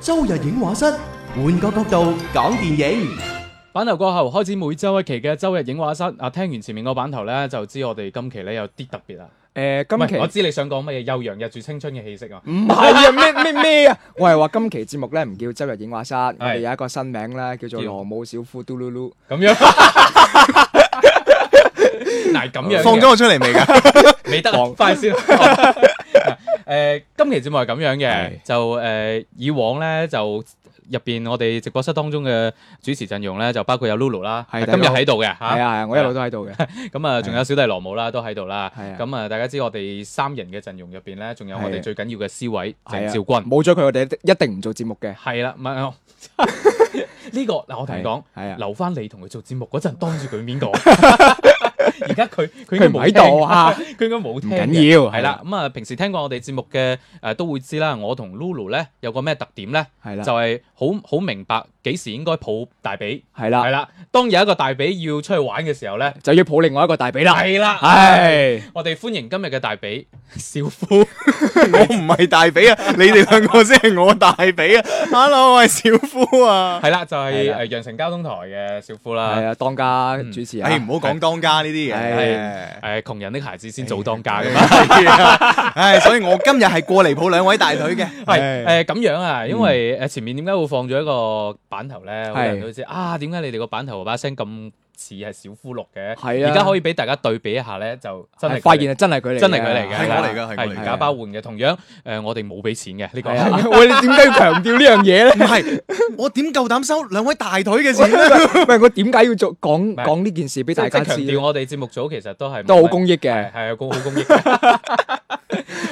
周日影畫室，換個角度講電影。版頭過後開始每周一期嘅周日影畫室啊，聽完前面個版頭咧，就知我哋今期咧有啲特別啦。啊誒今唔係我期知你想講乜嘢，悠揚日住青春嘅氣息啊。唔係啊，咩咩咩啊！我係話今期節目咧唔叫周日影畫室，我哋有一個新名咧叫做叫羅姆小夫嘟嚕嚕。咁樣， 嗱咁樣嘅放咗我出嚟未㗎？未得啊，快先。 誒，今期節目係咁樣嘅係，就誒以往咧就入邊我哋直播室當中嘅主持陣容咧，就包括有 Lulu 啦，今係日喺度嘅係啊係嚇，啊，我一路都喺度嘅。咁啊仲有小弟羅姆啦，都喺度啦。係啊，咁啊，大家知我哋三人嘅陣容入邊咧，仲有我哋係啊最緊要嘅 C 位鄭係啊少君。冇咗佢，我哋一定唔做節目嘅。係啦，唔係我 呢個嗱，我同你講，係啊，留翻你同佢做節目嗰陣，當住佢面 講。而家佢佢應該佢唔冇喺度啊，聽， 佢應該冇唔聽嘅。緊要。係啦，，咁啊，平時聽過我哋節目嘅誒都會知啦。我同 Lulu 咧有個咩特點咧，係就啦，係好好明白幾時應該抱大髀。係啦係，啦，當有一個大髀要出去玩嘅時候咧，就要抱另外一個大髀啦。係啦，唉，我哋歡迎今日嘅大 髀小夫。我唔係大髀啊，你哋兩個先係我大髀啊。Hello，我係小夫啊。係啦，就係係啦誒羊城交通台嘅小夫係啦。啊，當家主持啊唉，，唔好講當家呢啲嘢。係誒窮人的孩子先做當家㗎嘛。係啊唉，所以我今日係過嚟抱兩位大腿嘅。係誒咁樣啊，因為誒前面點解會放咗一個版頭咧？好多人係都知啊，點解你哋個版頭把聲咁似係小夫錄嘅？係啊而家可以俾大家對比一下咧，就真係係發現係真係佢嚟嘅，真係佢嚟嘅，係我嚟㗎係我嚟係㗎原價包換嘅。同樣誒，我哋冇俾錢嘅呢個係。啊， 喂，你點解要強調呢樣嘢咧？唔係，我點夠膽收兩位大腿嘅錢咧？ 喂，我點解要做講係講呢件事俾即大係家強知調呢？我哋節目組其實都係都好冇乜公益係嘅，係啊，公好公益。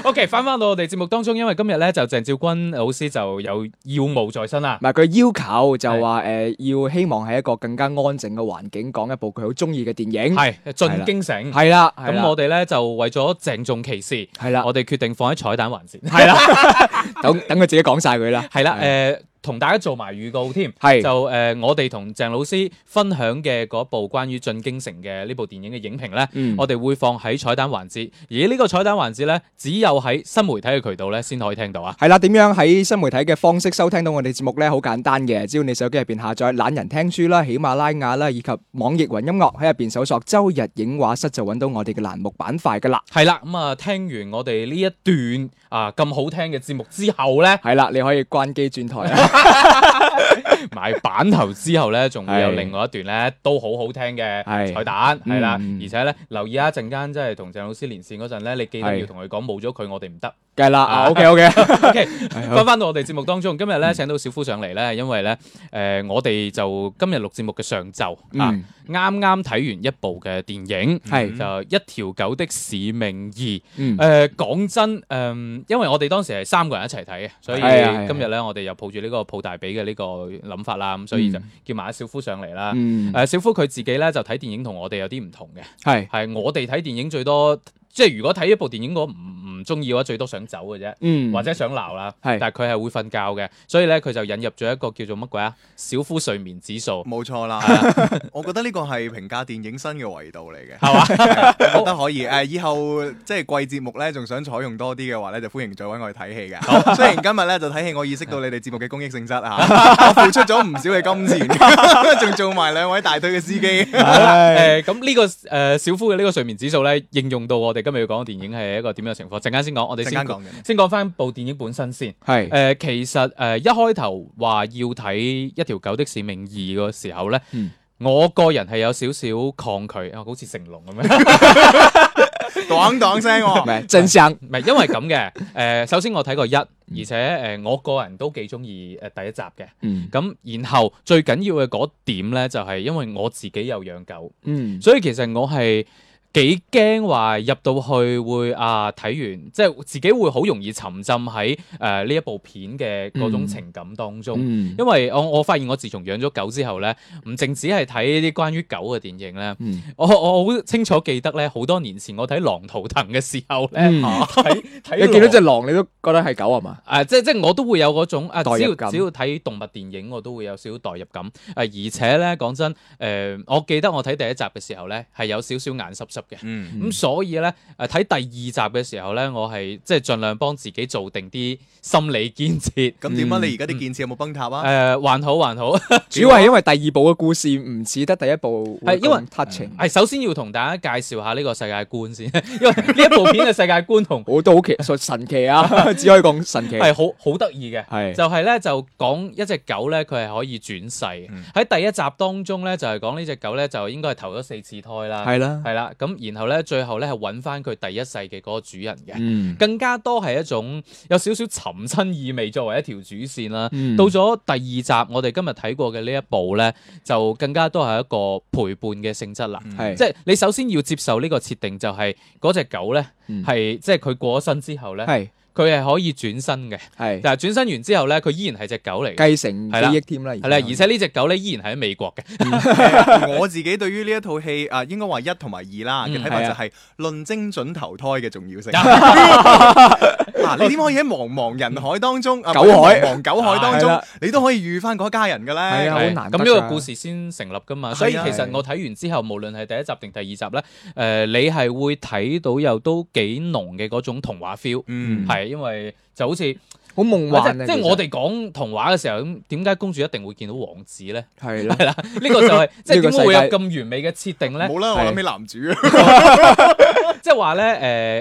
OK，翻 翻到我哋節目當中，因為今日咧就鄭照君老師就有要務在身啦 唔。係佢要求就話誒，要希望喺一個更加安靜嘅環境講一部佢好中意嘅電影。係進京城。係啦，係啦咁我哋咧就為咗鄭重其事，係啦，我哋決定放喺彩蛋環 節。係啦，等等佢自己講晒佢啦。係啦，係誒，同大家做埋預告添。係就誒、我哋同鄭老師分享嘅嗰部關於進京城嘅呢部電影嘅影評咧，嗯我哋會放喺彩蛋環節。而呢個彩蛋環節咧，只有喺新媒體嘅渠道咧先可以聽到啊。係啦，點樣喺新媒體嘅方式收聽到我哋節目呢？好簡單嘅，只要你手機入邊下載懶人聽書啦、喜馬拉雅啦，以及網易雲音樂喺入邊搜索周日影畫室就揾到我哋嘅欄目板塊噶啦。係啦，咁、啊，聽完我哋呢一段啊咁好聽嘅節目之後 咧，係啦，你可以關機轉 台啦。買版頭之後咧，仲會有係另外一段咧都好好聽嘅係彩蛋，係啦，嗯而且咧留意啊，陣間即係同鄭老師連線嗰陣咧，你記得係要同佢講冇咗佢我哋唔得。 梗係啦，啊啊 OK OK， OK，翻翻到我哋節目當中，今日咧嗯請到小夫上嚟咧，因為咧誒我哋就今日錄節目嘅上晝啊，嗯，啱啱睇完一部嘅電影。係，就一條狗的使命二，嗯誒、，呃講真，誒、呃因為我哋當時係三個人一齊睇嘅，所以係啊係啊今日咧我哋又抱住呢個抱大髀嘅呢個諗法啦，咁所以就嗯叫埋阿小夫上嚟啦。誒、呃嗯，小夫佢自己咧就睇電影同我哋有啲唔同嘅，係，係我哋睇電影最多，即係如果睇一部電影我唔唔中意嘅話，最多想走嘅啫。嗯，或者想鬧啦，係但係佢係會瞓覺嘅，所以咧佢就引入咗一個叫做乜鬼啊小夫睡眠指數，冇錯 啦，我覺得呢個係評價電影新嘅維度嚟嘅，係嘛？我覺得可以。誒，以後即係季節目咧，仲想採用多啲嘅話咧，就歡迎再揾我去睇戲嘅。雖然今日咧就睇戲，我意識到你哋節目嘅公益性質啊，我付出咗唔少嘅 金錢，仲做埋兩位大隊嘅司機。 誒咁呢個誒小夫嘅呢個睡眠指數咧，應用到我哋今日要講嘅電影係一個點樣嘅情況？陣間先講，我哋陣先間講嘅，先講翻部電影本身先。誒、係，其實誒、呃一開頭話要睇《一條狗的使命二》嘅時候咧，嗯我個人係有少少抗拒，啊好似成龍 咁樣，噹噹聲唔 喎。係真相，唔係因為咁嘅。誒、首先我睇過一，而且誒、呃我個人都幾中意誒第一集嘅。嗯咁然後最緊要嘅嗰點咧，就係、因為我自己有養狗，嗯，所以其實我係幾驚話入到去會啊睇完，即係自己會好容易沉浸喺誒呢一部片嘅嗰種情感當中。嗯因為我我發現我自從養咗狗之後咧，唔淨止係睇呢啲關於狗嘅電影咧，嗯我我好清楚記得咧，好多年前我睇《狼圖騰》嘅時候咧，嗯睇睇你見到狼只狼，你都覺得係狗係嘛？啊，即即我都會有嗰種啊，只代入要感只要睇動物電影，我都會有少少代入呃感。啊，而且咧講真，誒、我記得我睇第一集嘅時候咧，係有少少眼濕濕嘅。嗯，咁所以咧，誒睇第二集嘅時候咧，我係即係盡量幫自己做定啲心理建設。咁嗯點啊？你而家啲建設有冇崩塌誒、 啊？還好還好，主要係因為第二部嘅故事唔似得第一部會係因為咁 touching，係首先要同大家介紹下呢個世界觀先， 因為呢一部片嘅世界觀同我都好奇，神 奇啊，只可以講神奇。係好好得意嘅。係就係咧，就講一隻狗咧，佢係可以轉世嘅。嗯喺、第一集當中咧，就係講呢隻狗咧，就應該係投咗四次胎啦，係啦，係啦。咁然後咧，最後咧係揾翻佢第一世嘅嗰個主人嘅，嗯，更加多係一種有少少尋親意味作為一條主線啦。嗯到咗第二集，我哋今日睇過嘅呢一部咧，就更加多係一個陪伴嘅性質啦。嗯係即係你首先要接受呢個設定，就係嗰只狗咧嗯係即係佢過咗身之後咧，係佢係可以轉身嘅。係但係轉身完之後咧，佢依然係只狗嚟嘅。繼承記係啦憶添啦，係啦，家而且呢只狗咧依然係喺美國嘅，我自己對於呢一套戲啊，應該話一同埋二啦嘅睇法嗯係就啊係論精準投胎嘅重要 性。 嗱，你點可以喺茫茫人海當中啊， 狗或者海茫茫狗海當 係中啦，你都可以遇翻嗰一家人嘅係啊咧？好係難得咁呢㗎個故事先成立噶嘛。所以係啊其係實啊我睇完之後，無論係第一集定第二集咧，誒、你係會睇到有都幾濃嘅嗰種童話 feel，嗯，係因為就好似即好夢幻啊！係即係其實我哋講童話嘅時候，咁點解公主一定會見到王子 咧？係啦，係啦，呢個就係即係呢個點解世界會有咁完美嘅設定咧？冇啦，我嗯係諗起男主。即係話咧，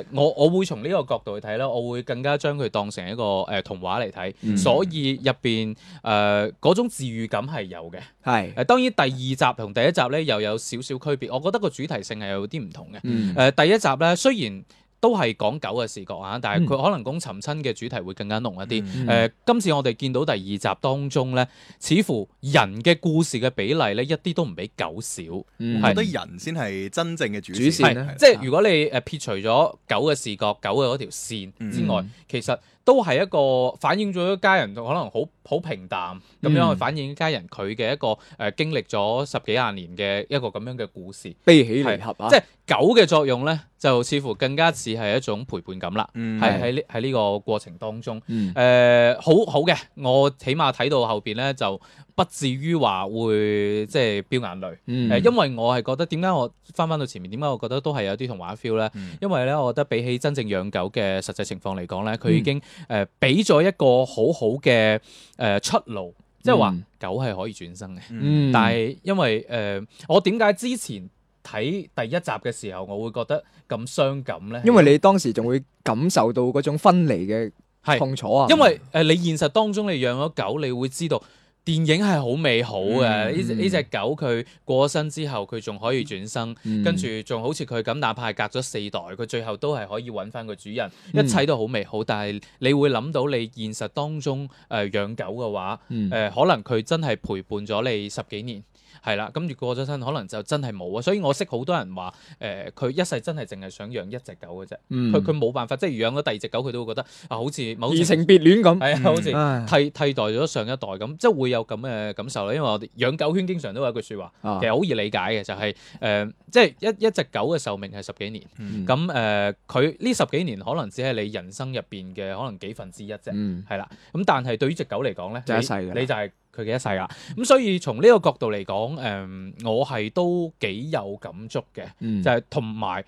誒，我我會從呢個角度去睇啦，我會更加將佢當成一個誒童話嚟嗯睇，所以入邊誒嗰種治愈感係有嘅。係誒，當然第二集同第一集咧又有少少區別，我覺得個主題性係有啲唔同嘅。嗯誒，第一集咧雖然都係講狗嘅視角啊，但係嗯佢可能講尋親嘅主題會更加濃一 啲。嗯誒、今次我哋見到第二集當中咧，似乎人嘅故事嘅比例咧，一啲都唔比狗少。嗯我覺係得人先係真正嘅主主線係，啦即係如果你誒撇除咗狗嘅視角、狗嘅嗰條線之外，嗯其實都係一個反映咗一家人可能好好平淡咁樣嗯去反映一家人佢嘅一個誒、呃、經歷咗十幾廿年嘅一個咁樣嘅故事。悲喜離合啊，即係狗嘅作用咧，就似乎更加似係一種陪伴感啦。嗯係喺呢喺呢個過程當中，嗯誒、好好嘅，我起碼睇到後邊咧就不至於話會即係飆眼淚。誒、嗯因為我係覺得點解我翻翻到前面，點解我覺得都係有啲童話 feel 咧？嗯因為咧，我覺得比起真正養狗嘅實際情況嚟講咧，嗯佢已經誒俾咗一個好好嘅誒出路，即係話嗯狗係可以轉生嘅。嗯但係因為誒、呃我點解之前睇第一集嘅時候，我會覺得咁傷感咧？因為你當時仲會感受到嗰種分離嘅係痛楚啊，因為誒、呃你現實當中你養咗狗，你會知道電影係好美好嘅。嗯呢隻呢只狗佢過咗身之後，佢仲可以轉生，嗯跟住仲好似佢咁，哪怕係隔咗四代，佢最後都係可以揾翻個主人，嗯一切都好美好。但係你會諗到你現實當中誒、呃、養狗嘅話，嗯誒、可能佢真係陪伴咗你十幾年。係啦，跟住過咗身，可能就真係冇啊！所以我識好多人話，誒、佢一世真係淨係想養一隻狗嘅啫，嗯佢佢冇辦法，即係養咗第二隻狗，佢都會覺得啊，好似某移程度情別戀咁，係啊，好似唉替替代咗上一代咁，即係會有咁嘅感受啦。因為我哋養狗圈經常都有一句説話，啊其實好易理解嘅，就係、呃即係一一隻狗嘅壽命係十幾年，嗯咁誒佢呢十幾年可能只係你人生入邊嘅可能幾分之一啫，嗯係啦、咁但係對於只狗嚟講咧，就一你世㗎啦你就係佢嘅一世啦。咁所以從呢個角度嚟講，誒、呃我係都幾有感觸嘅。嗯就係同埋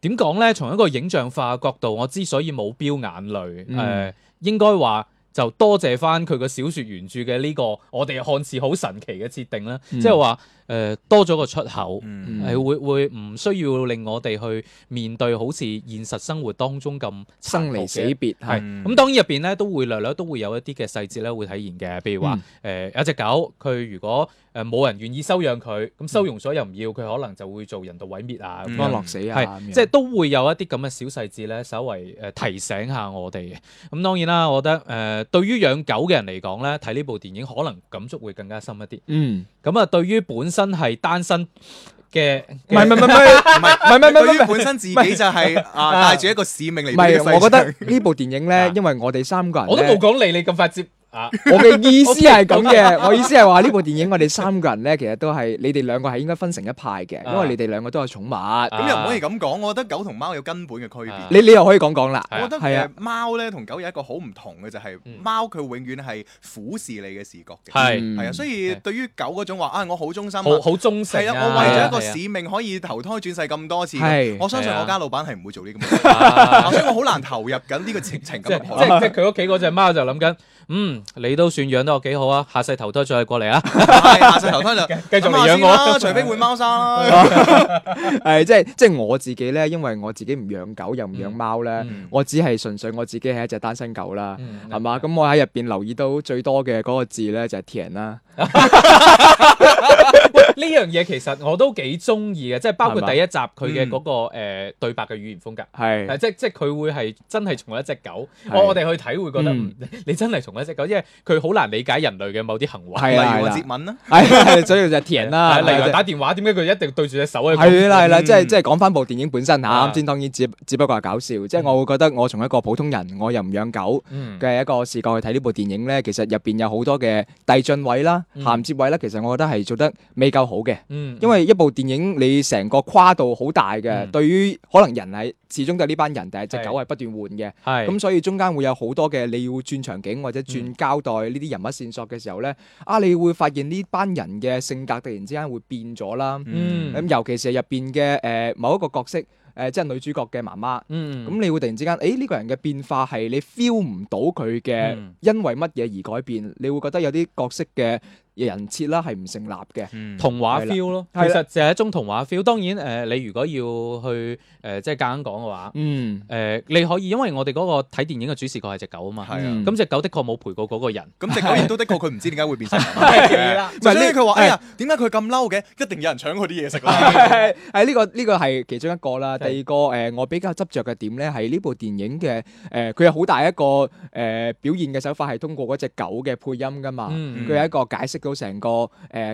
點講咧？從一個影像化嘅角度，我之所以冇飆眼淚，誒、呃嗯應該話就多謝翻佢個小説原著嘅呢、個我哋看似好神奇嘅設定啦，嗯即係話誒多咗個出口。嗯係會會唔需要令我哋去面對好似現實生活當中咁生離死啊別別係係嗯咁當然入邊咧都會略略都會有一啲嘅細節咧會體現嘅，譬如話誒、呃有一隻狗，佢如果誒冇、人願意收養佢，咁收容所又唔要，佢可能就會做人道毀滅啊。咁嗯樣安樂死啊，咁係，樣即係都會有一啲咁嘅小細節咧，稍微誒提醒下我哋嘅。咁當然啦，我覺得誒、呃、對於養狗嘅人嚟講咧，睇呢部電影可能感觸會更加深一啲。嗯，咁啊，對於本身係單身嘅，唔係唔嘅係唔 係唔係唔係唔係唔係唔係 對於本身自己就係啊帶住一個使命嚟唔到呢個世係，上。我覺得呢部電影咧啊，因為我哋三個人我都呢冇講你，你咁快接啊，我嘅意思係咁嘅，我意思係話呢部電影我哋三個人咧，其實都係你哋兩個係應該分成一派嘅，因為你哋兩個都有寵物，咁又唔可以咁講，我覺得狗同貓有根本嘅區別啊。你你又可以講講啦。我覺得係啊誒貓咧同狗有一個好唔同嘅就係嗯貓佢永遠係俯視你嘅視覺嘅，係嗯係啊，所以對於狗嗰種話啊，我好忠心啊，好好忠係誠啦，啊！我為咗一個係啊使命可以投胎轉世咁多次係，我相信係啊我家老闆係唔會做呢咁嘅嘢，啊所以我好難投入緊呢個情啊情即係感入即去。係即係佢屋企嗰只貓就諗緊，嗯，你都算養得我幾好啊，下世投胎再過 嚟啊，係下世投胎就 繼續咁下嚟啊養先我啊啦，。除非換貓砂 啦。 係即係即係我自己咧，因為我自己唔養狗又唔養貓咧，嗯我只係純粹我自己係一隻單身狗啦，嗯係嘛？咁我喺入邊留意到最多嘅嗰個字咧就係甜啦，嗯喂呢樣嘢其實我都幾中意嘅，即係包括係嘛嗯第一集佢嘅嗰個誒對白嘅語言風格。係係即即佢會係真係從一隻狗，係我我哋去睇會覺得，嗯嗯 你真係從一隻狗，因為佢好難理解人類嘅某啲行為。係例啦如係我啊啦接吻啦，係 係，所以就係甜啦。係例係如即係打電話，點解佢一定對住隻手喺度講？係啦係啦，嗯即係即係講翻部電影本身嚇，啊啱先當然只只不過係搞笑，即係我會覺得我從一個普通人，我又唔養狗嗯嘅一個視角去睇呢部電影咧，其實入邊有好多嘅遞進位啦、嗯銜接位啦，其實我覺得係做得未夠好嘅。嗯因為一部電影你成個跨度好大嘅，嗯對於可能人係始終都係呢班人，但係只係狗係不斷換嘅，係咁所以中間會有好多嘅你要轉場景或者轉嗯交代呢啲人物線索嘅時候呢，啊你會發現呢班人嘅性格突然之間會變咗啦，咁、嗯尤其是入邊嘅誒某一個角色誒、呃即係女主角嘅媽媽。嗯咁你會突然之間，誒、呢、個人嘅變化係你 feel 唔到佢嘅，嗯因為乜嘢而改變，你會覺得有啲角色嘅人設啦係唔成立嘅。嗯童話嗯係啦 feel 咯，其係啦實就係一種童話 feel。當然誒、呃你如果要去誒、呃即係夾硬講嘅話，誒、呃嗯，你可以，因為我哋嗰個睇電影嘅主視角係只狗啊嘛，係啊嗯。咁只狗的確冇陪過嗰個人。咁只狗亦都的確佢唔知點解會變 成咁啦嘅，就所以唔係呢佢話：哎呀，點解佢咁嬲嘅？一定有人搶佢啲嘢 食啦。係呢個呢個係其中一個啦。第係二個誒、呃我比較執着嘅點咧，係呢部電影嘅誒，呃佢、有好大一個誒、呃表現嘅手法係通過嗰只狗嘅配音噶嘛。嗯啊佢有一個解釋到成個誒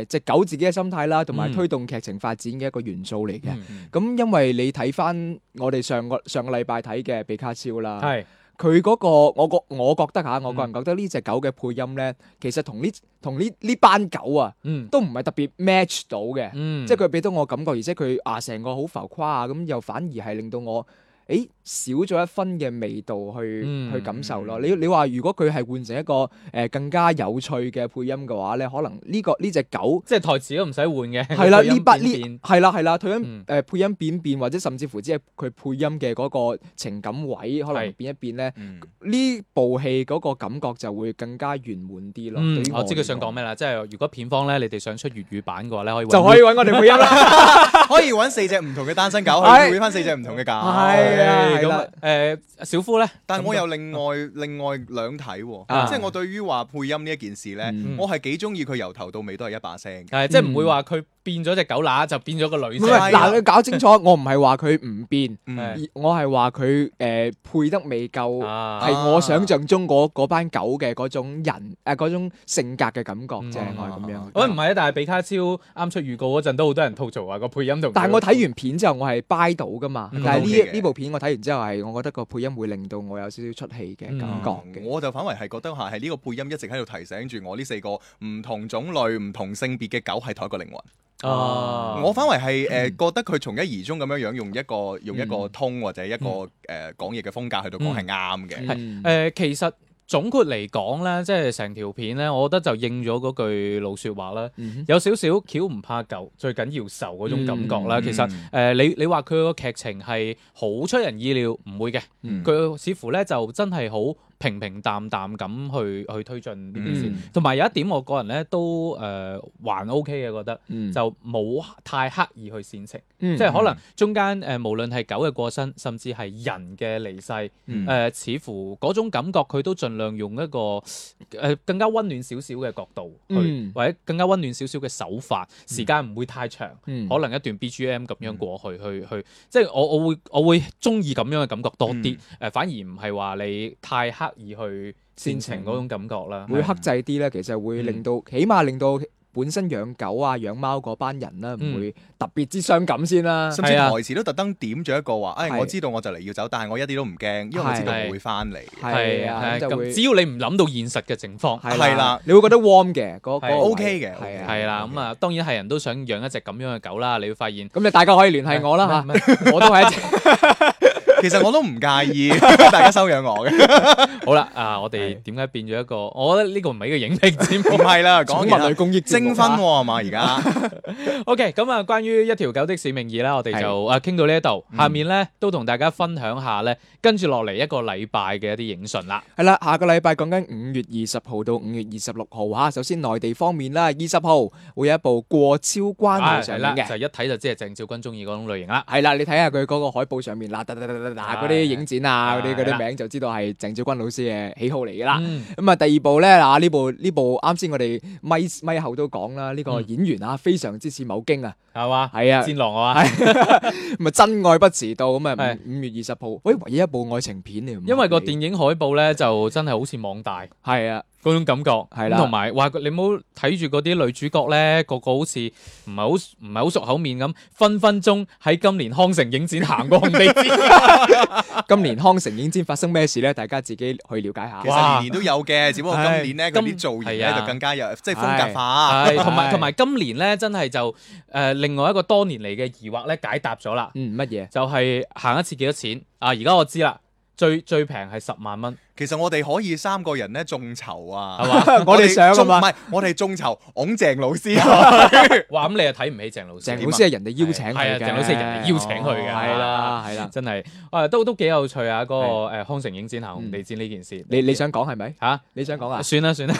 只、狗自己嘅心態啦，同埋嗯推動劇情發展嘅一個元素嚟嘅。嗯咁、因為你睇翻我哋上個上個禮拜睇嘅《比卡超》啦，係佢嗰、個我覺我覺得嚇，我個人覺得呢只狗嘅配音咧，其實同呢同呢呢班狗啊，嗯都唔係特別 match 到嘅。嗯，即係佢俾到我感覺，而且佢啊成個好浮誇啊，咁又反而係令到我誒少咗一分嘅味道去、嗯。去感受咯。你你話如果佢係換成一個誒、呃更加有趣嘅配音嘅話咧，可能呢、個呢只狗即係台詞都唔使換嘅。係啦，配音呢把變呢變係啦係啦，配音嗯誒配音變變，或者甚至乎只係佢配音嘅嗰個情感位，可能係變一變咧，嗯呢部戲嗰個感覺就會更加圓滿啲咯。嗯對於，我知佢嚟想講講咩啦，即係如果片方咧，你哋想出粵語版嘅話咧，可以就揾可以揾我哋配音啦。可以揾四隻唔同嘅單身 狗係去配翻四隻唔同嘅狗。哎係啊係啦咁誒小夫咧，但我有另外另外兩睇啊喎，即係我對於話配音呢一件事咧嗯，我係幾中意佢由頭到尾都係一把聲嘅。係即係唔會話佢變咗只狗乸就變咗個女唔仔。係係啦嗱，你搞清楚，我唔係話佢唔變，嗯係我係話佢誒配得未夠，啊係我想象中嗰嗰班狗嘅嗰種人誒嗰種性格嘅感覺啫，嗯我係咁樣。喂，唔係啊，但係比卡超啱出預告嗰陣都好多人吐槽話個配音同佢。但係我睇完片之後，我係 buy 到噶嘛。嗯但係 OK 呢嘅呢部片我睇完之後係，我覺得個配音會令到我有少少出戲嘅感嗯覺嘅。嗯我就反為係覺得係呢個配音一直喺度提醒住我呢四個唔同種類、唔同性別嘅狗係同一個靈魂。啊，我反為係誒嗯覺得佢從一而終咁樣樣用一個用一個通或者一個誒嗯講嘢嘅風格去到講係啱嘅。啊誒、其實總括嚟講咧，即係成條片咧，我覺得就應咗嗰句老説話啦，嗯有少少橋唔怕舊，最緊要受嗰種感覺啦。嗯其實誒、你你話佢個劇情係好出人意料，唔會嘅，嗯佢似乎咧就真係好平平淡淡咁去去推進呢件事嗯。同埋、有一點，我個人咧都誒、還 OK 嘅，覺得嗯就冇太刻意去煽情。嗯即係可能中間誒、呃，無論係狗嘅過身，甚至係人嘅離世，誒、嗯似乎嗰種感覺佢都盡量用一個誒、呃更加温暖少少嘅角度去，嗯或者更加温暖少少嘅手法，時間唔會太長，嗯可能一段 BGM 咁樣過去，去去，即係我我會我會中意咁樣嘅感覺多啲，誒、嗯呃反而唔係話你太刻意去煽情嗰種感覺啦，會係嗯克制啲咧，其實會令到，起碼令到本身養狗啊、養貓嗰班人啦，唔嗯會特別之傷感先啦。甚至係啊台詞都特登點咗一個話，係誒我知道我就嚟要走，但係我一啲都唔驚，因為我知道係我會翻嚟。係啊，咁就會咁只要你唔諗到現實嘅情況，係啊係啦，你會覺得 warm 嘅嗰嗰係個 OK 嘅係啊。係啦，咁啊，當然係人都想養一隻咁樣嘅狗啦，你會發現咁你大家可以聯繫我啦唔係唔嚇，我都 係一隻。其實我都唔介意 大家收養我嘅， 好啦，啊，我係哋點解變咗一個？我覺得呢個唔係一個影評節 唔目。係啦，講寵物類完公益節徵目婚啊喎係嘛而家。 OK，咁啊，關於一條狗的使命二啦，我哋就啊傾到呢一度，下面咧都同大家分享下咧，跟住落嚟一個禮拜嘅一啲影訊啦。係啦，下個禮拜講緊五月二十號到五月二十六號嚇。首先內地方面啦，二十號會有一部過超關啊會上係映啦，嘅就。一睇就知係鄭少君中意嗰種類型啦。係啦，你睇下佢嗰個海報上面嗱，嗱嗱嗱嗱嗱嗰啲影展啊，嗰啲嗰係啦啲名就知道係鄭少君老師嘅喜好嚟㗎啦。嗯，咁啊，第二部咧嗱，呢部呢部啱先我哋咪咪後都講啦，呢個嗯演員啊非常之似某京啊，係嘛？係啊，戰狼啊嘛，咁啊真愛不遲到，咁啊係五五月二十號，喂唯一一部愛情片嚟，因為個電影海報咧就真係好似網大。係啊，嗰種感覺，係係啦啦，同埋哇，你唔好睇住嗰啲女主角咧，個個好似唔係好唔係好熟口面咁，分分鐘喺今年康城影展行過紅地毯。今年康城影展發生咩事咧？大家自己去了解下其。哇實年年都有嘅，只不過唉今年咧佢啲今造型係咧啊就更加有，即係風格化。係，同啊係埋同埋今年咧，真係就誒、呃另外一個多年嚟嘅疑惑咧解答咗啦，嗯，乜嘢？就係、行一次幾多錢啊？而家我知啦，最最平係十萬蚊，其實我哋可以三個人咧眾籌啊， 係嘛？我哋想啊眾唔嘛，係我哋眾籌拱鄭老師啊，哇！咁你又睇唔起鄭老師，鄭老師係人哋邀請佢係嘅，啊鄭老師係人哋邀請佢嘅哦係啦係啦，真係啊，都都幾有趣啊！嗰、個呃康城影展行紅地毯呢件事，嗯你你想講係咪？嚇、你想講啊？算啦算啦。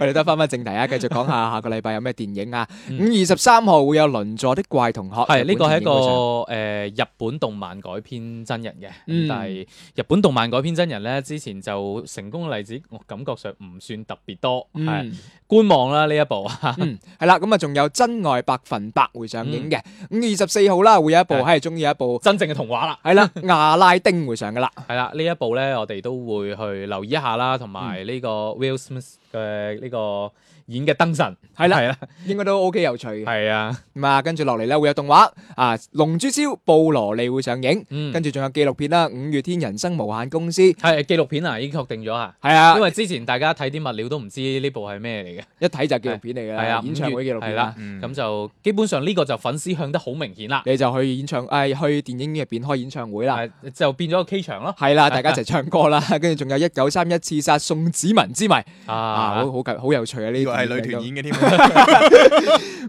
我哋都翻翻正題啊，繼續講下下個禮拜有咩電影啊。五月二十三號會有《鄰座的怪同學》，嗯係呢個係一個日本電影會上誒、呃日本動漫改編真人嘅，咁嗯但係日本動漫改編真人咧，之前就成功嘅例子，我感覺上唔算特別多，係、嗯觀望啦呢一部 啊，嗯，係啦，咁啊，仲有《真愛百分百》會上映嘅，五嗯月二十四號啦，會有一部係係中意一部真正嘅童話啦，係 啦，《阿拉丁》會上噶啦，係啦，呢一部咧我哋都會去留意一下啦，同嗯埋呢個 Will Smith 嘅呢個演嘅燈神，係啊啦係啦，應該都 OK 有趣嘅。係啊，咁啊，跟住落嚟咧會有動畫啊，《龍珠超》《布羅利》會上映，嗯，跟住仲有紀錄片啦，《五月天人生無限公司》係紀錄片啊，已經確定咗啊。係啊因，為之前大家睇啲物料都唔知呢部係咩嚟嘅，一睇就係紀錄片嚟㗎係啦，啊，演唱會紀錄係片啦啦，，嗯咁就基本上呢個就粉絲向得好明顯啦。你就去演唱誒去電影院入邊開演唱會啦。係就變咗個 K 場咯。系啦，大家一齊唱歌啦，跟住仲有一九三一刺殺宋子文之謎啊，啊好，好好有趣啊！呢呢個係啲女團名演嘅添。都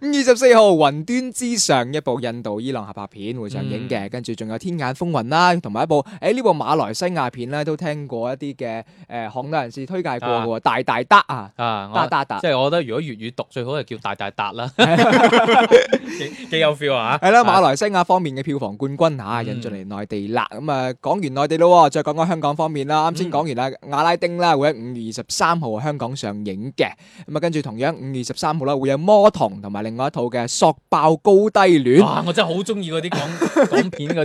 五月十四號雲端之上一部印度伊朗合拍片會上映嗯嘅，跟住仲有天眼風雲啦，同埋一部诶呢部馬來西亞片咧都聽過一啲嘅诶行內人士推介過嘅喎，大大得啊，啊，大我大得即係我覺得如果粵語讀最好係叫大大達 啦，幾幾有 feel 啊！係啦，馬來西亞方面嘅票房冠軍啊，嗯引進嚟內地啦。咁啊，講完內地咯喎，再講講香港方面啦。啱先嗯講完啦，阿拉丁啦，會喺五月二十三號香港上映嘅。咁啊，跟住同樣五月二十三號啦，會有魔童同埋另外一套嘅索爆高低戀。哇，我真係好中意嗰啲 港港片嗰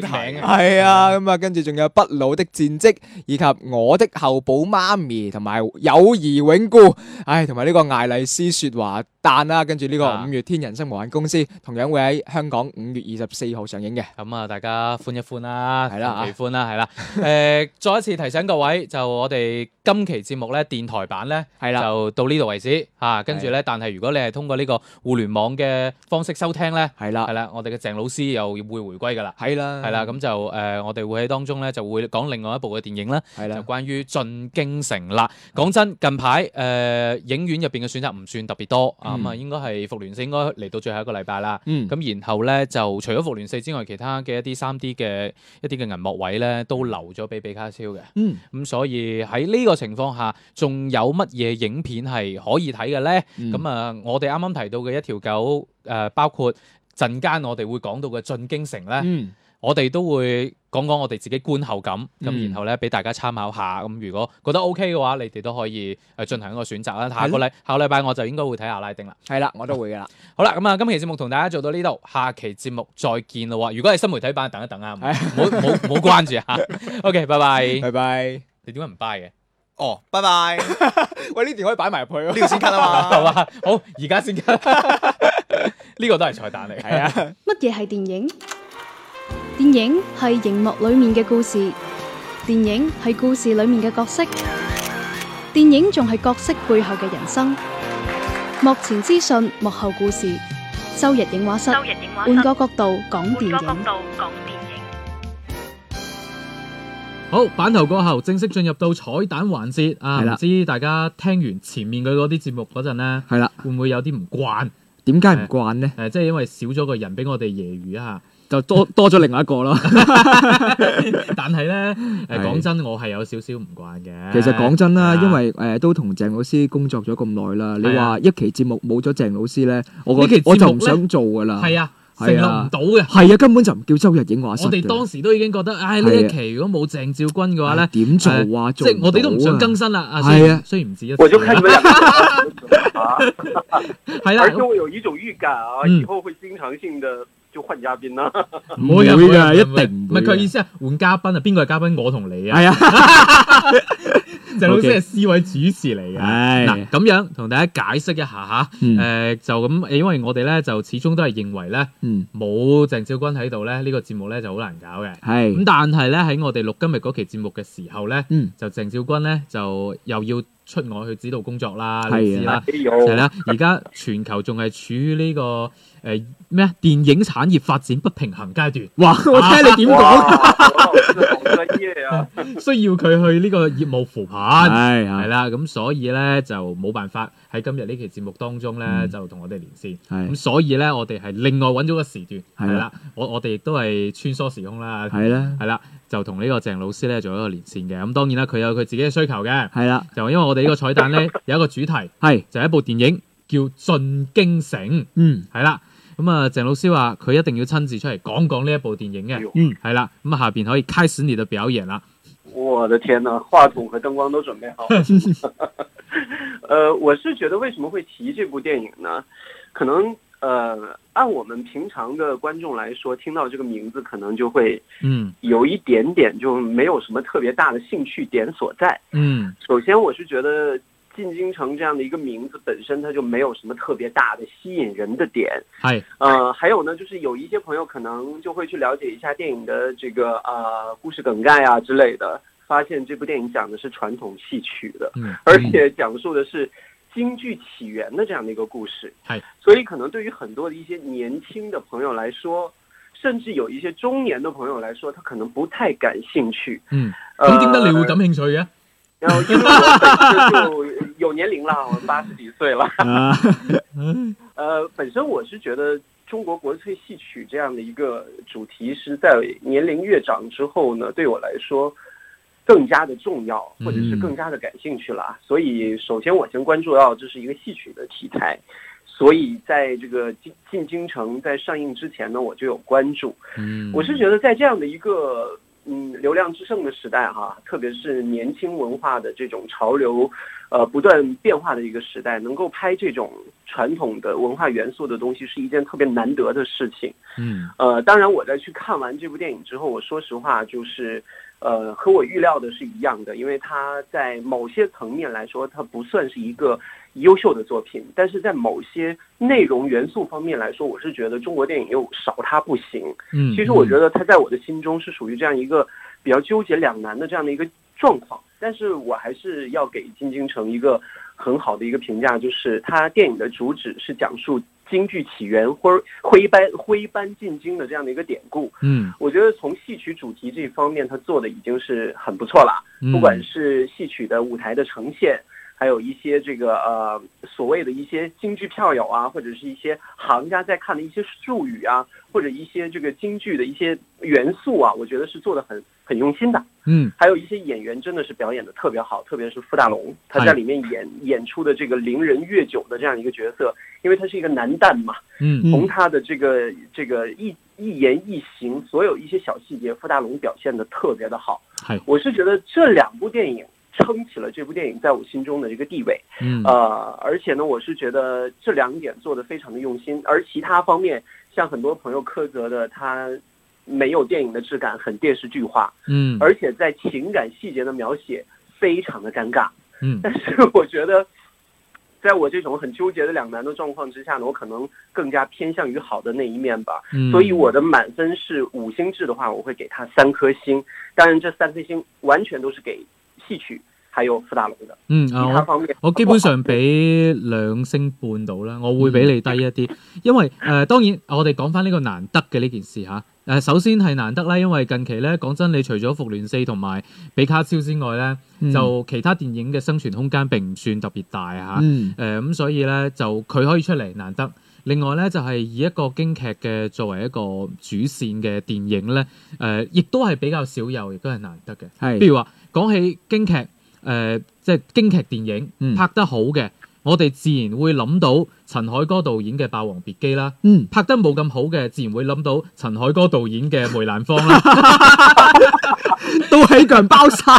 標題名啊！ 係啊，咁啊，跟住仲有不老的戰績，以及我的後補媽咪，同埋友誼永固，唉，同埋呢個艾麗絲雪華誕啦，跟住呢個啊五月天人生無限公司，同樣會喺香港五月二十四號上映嘅。咁啊，大家歡一歡啦，係啦同期歡啦， 係啦。誒、再一次提醒各位，就我哋今期節目咧，電台版咧。係啦。就到呢度為止嚇、啊跟住咧，但係如果你係通過呢個互聯網嘅方式收聽咧，係啦係，啦，我哋嘅鄭老師又會回歸㗎啦，係啦，係啦，咁就誒、呃我哋會喺當中咧就會講另外一部嘅電影啦。係就啦，關於進京城啦。講真，近排誒、呃影院入邊嘅選擇唔算特別多啊，咁啊、應該係復聯四應該嚟到最後一個禮拜啦。嗯，咁、然後咧就除咗復聯四之外，其他嘅一啲三 D 嘅一啲嘅銀幕位咧都留咗俾比卡超嘅。嗯，咁所以喺呢個情況下，仲有乜嘢影片係可以睇嘅咧？嗯咁啊、我哋啱啱提到嘅一條狗誒、呃包括陣間我哋會講到嘅進京城咧。嗯，我哋都會講講我哋自己觀後感，咁、嗯然後咧俾大家參考下。咁如果覺得 OK 嘅話，你哋都可以誒進行一個選擇啦。下個禮下個禮拜我就應該會睇阿拉丁啦。系啦，我都會噶啦，好啦，咁啊，今期節目同大家做到呢度，下期節目再見啦喎。如果係新媒體版，等一等啊，唔好唔好唔好關注啊。OK，拜拜。拜拜。你點解唔 buy 嘅？哦，拜拜，呢喂，呢段可以擺埋入去咯。條先 cut 啊係嘛。嘛？好，而家先呢個都係彩蛋嚟。係啊。乜嘢係電影？電影係熒幕裡面嘅故事，電影係故事裡面嘅角色，電影仲係角色背後嘅人生。幕前資訊，幕後故事。周日影畫室，周日影畫室換個角度講電換個角影。度講電影。好，版頭過後，正式進入到彩蛋環節啊！係啦唔知大家聽完前面佢嗰啲節目嗰陣咧，係啦，會唔會有啲唔慣？誒、點解唔慣呢？即係因為少咗個人俾我哋揶揄一下。就多多咗另外一個咯。但係咧，誒係講真，我係有少少唔慣嘅。其實講真啦，係啊因為誒都同鄭老師工作咗咁耐啦，你係啊話一期節目冇咗鄭老師咧，我呢覺期得我就節目唔呢想做噶啦。係啊，承係諾唔啊到嘅。係啊，根本就唔叫周日影畫室嘅。我哋當時都已經覺得，唉，呢係一啊期如果冇鄭照君嘅話唉咧，點做啊？即做係我哋都唔想到啊更新啦。係啊，啊雖然雖然唔止一次啦，我就看你们两 个啊，係而且啦，我有一种预感啊，嗯以后会经常性的就换嘉宾呢、唔會啊㗎，啊一定唔係佢意思。思係換嘉賓啊，邊個係嘉賓？我同你啊。係啊，鄭老師係 OK 思維主持嚟嘅。唉嗱咁樣同大家解釋一下吓，嗯誒、就咁，因為我哋咧就始終都係認為咧嗯，冇鄭少君喺度咧，呢、呢個節目咧就好難搞嘅。咁係，但係咧喺我哋錄今日嗰期節目嘅時候咧，嗯，就鄭少君咧就又要出外去指導工作啦，係啊你知啦。哎呦，嗯係啦，而家全球仲係處於呢、個誒咩啊電影產業發展不平衡階段， 哇！ 我聽你點講，哇，真的好专业啊！需要佢去呢個業務扶貧。係係係啦，咁所以咧就冇辦法喺今日呢期節目當中咧、嗯就同我哋連線，咁係所以咧我哋係另外揾咗個時段，係啦係啦，我我哋亦都係穿梭時空啦，係啦，係啦，就同呢個鄭老師咧做一個連線嘅，咁當然啦佢有佢自己嘅需求嘅，係啦，就因為我哋呢個彩蛋咧有一個主題係，就係一部電影叫《進京城》，嗯，係啦，咁啊鄭老師話佢一定要親自出嚟講講呢一部電影哎嘅呦，嗯，係啦，咁啊下邊可以開始你嘅表演啦，我的天呐，话筒和灯光都准备好了。 呃，我是觉得为什么会提这部电影呢？可能呃，按我们平常的观众来说，听到这个名字可能就会嗯有一点点就没有什么特别大的兴趣点所在。嗯首先，我是觉得“进京城”这样的一个名字本身，它就没有什么特别大的吸引人的点。係呃，还有呢，就是有一些朋友可能就会去了解一下电影的这个呃故事梗概啊之类的，发现这部电影讲的是传统戏曲的，嗯而且讲述的是京剧起源的这样的一个故事。嗨所以可能对于很多的一些年轻的朋友来说，甚至有一些中年的朋友来说，他可能不太感兴趣。嗯，呃，咁點解你會感興趣嘅？然后因为我本身就有年龄了，我八十几岁了。啊， 呃，本身我是觉得中国国粹戏曲这样的一个主题是在年龄越长之后呢，对我来说更加的重要，或者是更加的感兴趣了啊。所以，首先我先关注到这是一个戏曲的题材，所以在这个进进京城在上映之前呢，我就有关注。嗯呃我是觉得在这样的一个嗯流量之盛的时代哈、特别是年轻文化的这种潮流，呃不断变化的一个时代，能够拍这种传统的文化元素的东西是一件特别难得的事情。嗯。呃，当然我在去看完这部电影之后，我说实话就是。呃，和我预料的是一样的，因为它在某些层面来说，它不算是一个优秀的作品，但是在某些内容元素方面来说，我是觉得中国电影又少它不行。嗯，其实我觉得他在我的心中是属于这样一个比较纠结两难的这样的一个状况，但是我还是要给金京城一个很好的一个评价，就是他电影的主旨是讲述京剧起源或者徽班徽班进京的这样的一个典故。嗯，我觉得从戏曲主题这一方面，他做的已经是很不错了，嗯不管是戏曲的舞台的呈现。还有一些这个呃所谓的一些京剧票友啊，或者是一些行家在看的一些术语啊，或者一些这个京剧的一些元素啊，我觉得是做的很很用心的。嗯还有一些演员真的是表演的特别好，特别是傅大龙，他哎在里面演演出的这个伶人越久的这样一个角色，因为他是一个男旦嘛，嗯从他的这个这个一一言一行，所有一些小细节，傅大龙表现的特别的好。系我是觉得这两部电影撑起了这部电影在我心中的这个地位。嗯呃，而且呢，我是觉得这两点做的非常的用心，而其他方面，像很多朋友苛责的，它没有电影的质感，很电视剧化，嗯而且在情感细节的描写非常的尴尬。嗯 但是我觉得，在我这种很纠结的两难的状况之下呢，我可能更加偏向于好的那一面吧。嗯所以我的满分是五星制的话，我会给他三颗星。当然，这三颗星完全都是给戏曲还有傅大龙的，嗯其啊他我。方面我基本上俾兩星半到啦，我會比你低一啲，因為誒、呃、當然我哋講翻呢個難得嘅呢件事嚇。誒、首先係難得啦，因為近期咧講真，你除咗復聯四同埋比卡超之外咧，就其他電影嘅生存空間並唔算特別大嚇。嗯，誒咁、所以咧就佢可以出嚟難得。另外咧就係、以一個京劇嘅作為一個主線嘅電影咧，誒、亦都係比較少有，亦都係難得嘅。係譬如話講起京劇，誒、呃即係京劇電影、嗯拍得好嘅，我哋自然會諗到陳凱歌導演嘅《霸王別姬》啦。嗯，拍得冇咁好嘅，自然會諗到陳凱歌導演嘅《梅蘭芳》 啦。都喺個人包 晒，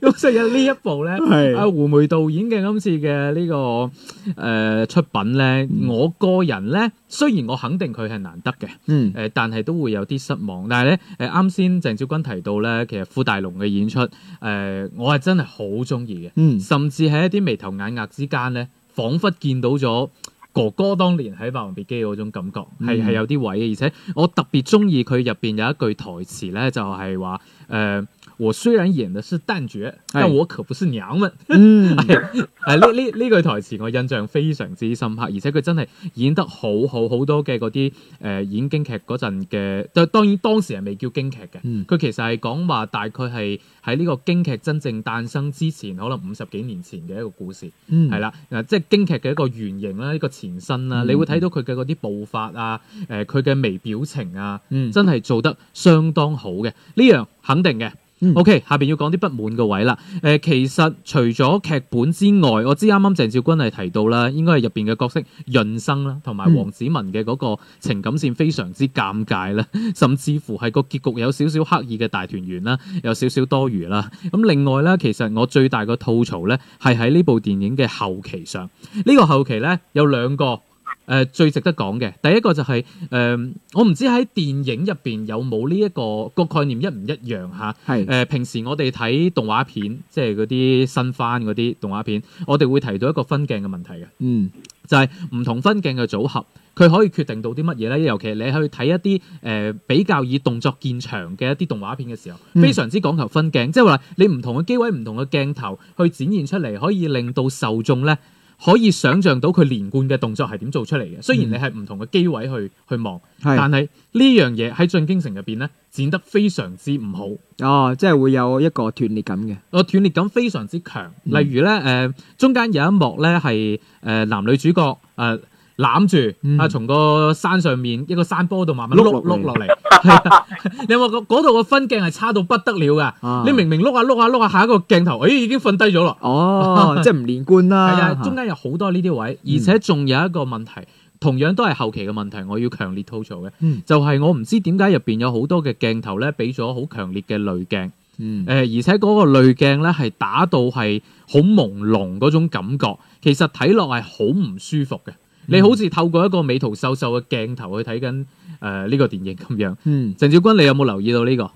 咁所以呢一部咧，係阿胡梅導演嘅今次嘅呢、個誒、呃出品咧，我個人咧雖然我肯定佢係難得嘅，誒、呃嗯但係都會有啲失望。但係咧誒啱先鄭少君提到咧，其實傅大龍嘅演出誒、呃我係真係好中意嘅，嗯甚至喺一啲眉頭眼額之間咧，彷彿見到咗。哥哥當年喺《霸王別姬》嗰種感覺係係、有啲位嘅，而且我特別中意佢入邊有一句台詞咧，就係話誒，我雖然演的是旦角，但我可不是娘們。 嗯係呢呢呢句台詞我印象非常之深刻，而且佢真係演得好好好多嘅嗰啲誒演京劇嗰陣嘅，當當然當時係未叫京劇嘅，佢、嗯其實係講話大概係喺呢個京劇真正誕生之前，可能五十幾年前嘅一個故事。嗯係啦，嗱，即係京劇嘅一個原型啦，一個前身啦，嗯你會睇到佢嘅嗰啲步伐啊，誒佢嘅微表情啊，嗯真係做得相當好嘅，呢樣肯定嘅。嗯 OK，下邊要講啲不滿嘅位啦。誒、其實除咗劇本之外，我知啱啱鄭少君係提到啦，應該係入邊嘅角色潤生啦，同埋嗯黃子文嘅嗰個情感線非常之尷尬啦， 甚至乎係個結局有少少刻意嘅大團圓啦，有少少多餘啦。咁另外咧，其實我最大嘅吐槽咧，係喺呢部電影嘅後期上。呢、個後期咧有兩個誒、呃最值得講嘅，第一個就係、呃我唔知喺電影入邊有冇呢一個個概念一唔一樣嚇。誒、係平時我哋睇動畫片，即係嗰啲新番嗰啲動畫片，我哋會提到一個分鏡嘅問題嘅。嗯就係唔同分鏡嘅組合，佢可以決定到啲乜嘢咧？尤其你去睇一啲誒、呃比較以動作見長嘅一啲動畫片嘅時候，嗯非常之講求分鏡，即係話你唔同嘅機位、唔同嘅鏡頭去展現出嚟，可以令到受眾咧。可以想像到佢連貫嘅動作係點做出嚟嘅，雖然你係唔同嘅機位去去望，嗯但係係呢樣嘢喺進京城入邊咧剪得非常之唔好。哦，即係會有一個斷裂感嘅，個斷裂感非常之強。嗯例如咧，誒、中間有一幕咧係誒男女主角誒攬住嗯啊，從個山上面一個山坡度慢慢碌碌落碌嚟落嚟。係啊 你有冇覺嗰度個分鏡係差到不得了噶？啊你明明碌下碌下碌下，下一個鏡頭，誒、哎已經瞓低咗咯。哦， 即係唔連貫係啦，啊，中間有好多呢啲位，嗯而且仲有一個問題，同樣都係後期嘅問題，我要強烈吐槽嘅，嗯就係我唔知點解入邊有好多嘅鏡頭咧，俾咗好強烈嘅濾鏡。嗯誒、呃而且嗰個濾鏡咧係打到係好朦朧嗰種感覺，其實睇落係好唔舒服嘅。你好似透過一個美圖秀秀嘅鏡頭去睇緊誒呢個電影咁樣。嗯鄭少君，你有冇留意到呢、個？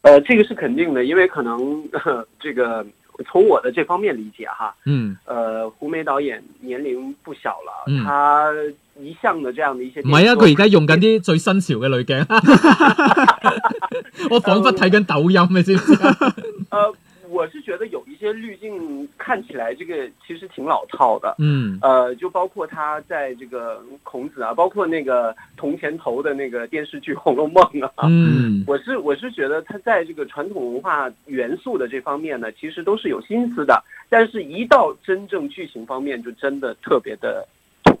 呃，这个是肯定的，因为可能、呃这个从我的这方面理解哈，嗯，呃，胡梅导演年龄不小了，嗯他一向的这样的一些唔係啊，电影作佢而家用緊啲最新潮嘅濾鏡， 我彷彿睇緊抖音，你知唔知啊？呃，我是觉得有一些滤镜看起来这个其实挺老套的。嗯呃，就包括他在这个孔子啊，包括那个铜钱头的那个电视剧《红楼梦》啊，嗯嗯我是我是觉得他在这个传统文化元素的这方面呢，其实都是有心思的，但是一到真正剧情方面，就真的特别的土，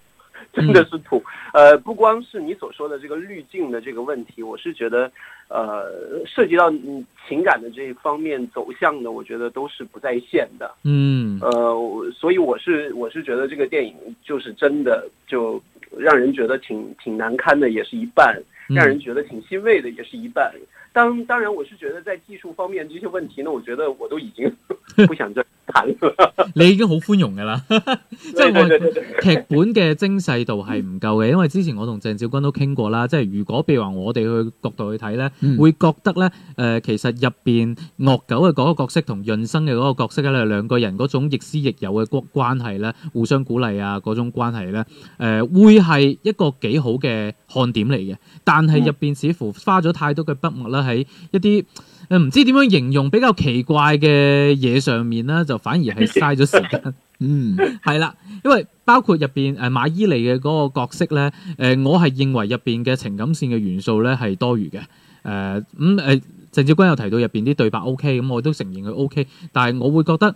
真的是土。呃，不光是你所说的这个滤镜的这个问题，我是觉得，呃，涉及到你情感的这一方面走向呢，我觉得都是不在线的。嗯呃，我所以我是我是觉得这个电影就是真的就让人觉得挺挺难堪的，也是一半；嗯让人觉得挺欣慰的，也是一半。当当然，我是觉得在技术方面这些问题呢，我觉得我都已经 不想再谈了。 你已經好寬容㗎啦，即係对对我对对对，劇本嘅精細度係唔夠嘅，因為之前我同鄭少君都傾過啦，即係如果譬如話我哋去角度去睇咧，嗯會覺得咧誒、呃其實入邊惡狗嘅嗰個角色同潤生嘅嗰個角色咧，兩個人嗰種亦師亦友嘅關關係咧，互相鼓勵啊嗰種關係咧，誒、會係一個幾好嘅看點嚟嘅，但係入邊似乎花咗太多嘅筆墨啦喺一啲。呃唔知點樣形容比較奇怪嘅嘢上面啦，就反而係嘥咗時間。嗯， 係啦，因為包括入邊誒馬伊琍嘅嗰個角色咧，誒、我係認為入邊嘅情感線嘅元素咧係多餘嘅。誒咁誒，鄭少君有提到入邊啲對白 O K，咁我都承認佢 O K，但係我會覺得誒、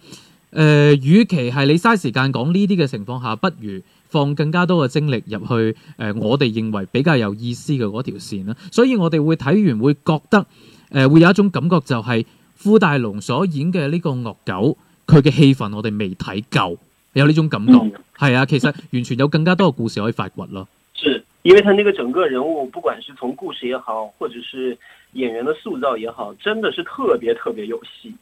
呃，與其係你嘥時間講呢啲嘅情況下，不如放更加多嘅精力入去誒、呃我哋認為比較有意思嘅嗰條線啦。所以我哋會睇完會覺得誒、呃，會有一種感覺就係、傅大龍所演嘅呢個惡狗，佢嘅戲份我哋未睇夠，有呢種感覺。嗯係 啊，其實完全有更加多嘅故事可以發掘咯。是因为他那个整个人物，不管是从故事也好，或者是演员的塑造也好，真的是特别特别有戏。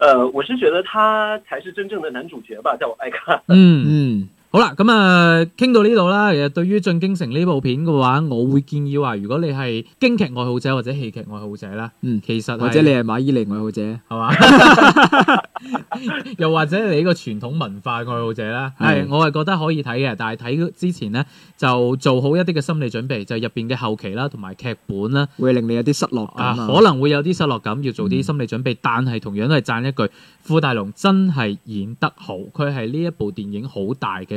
呃，我是觉得他才是真正的男主角吧，在我来看。嗯，嗯，好啦，咁啊，傾到呢度啦。其實對於《進京城》呢部片嘅話，我會建議話，如果你係京劇愛好者或者戲劇愛好者啦，嗯其實係或者你係馬伊琍愛好者，係嘛， 又或者你個傳統文化愛好者啦，係係我係覺得可以睇嘅，但係睇之前咧就做好一啲嘅心理準備，就係入邊嘅後期啦，同埋劇本啦。會令你有啲失落啊，嗯感可能會有啲失落感，要做啲心理準備。但係同樣都係讚一句，傅大龍真係演得好，佢係呢一部電影好大嘅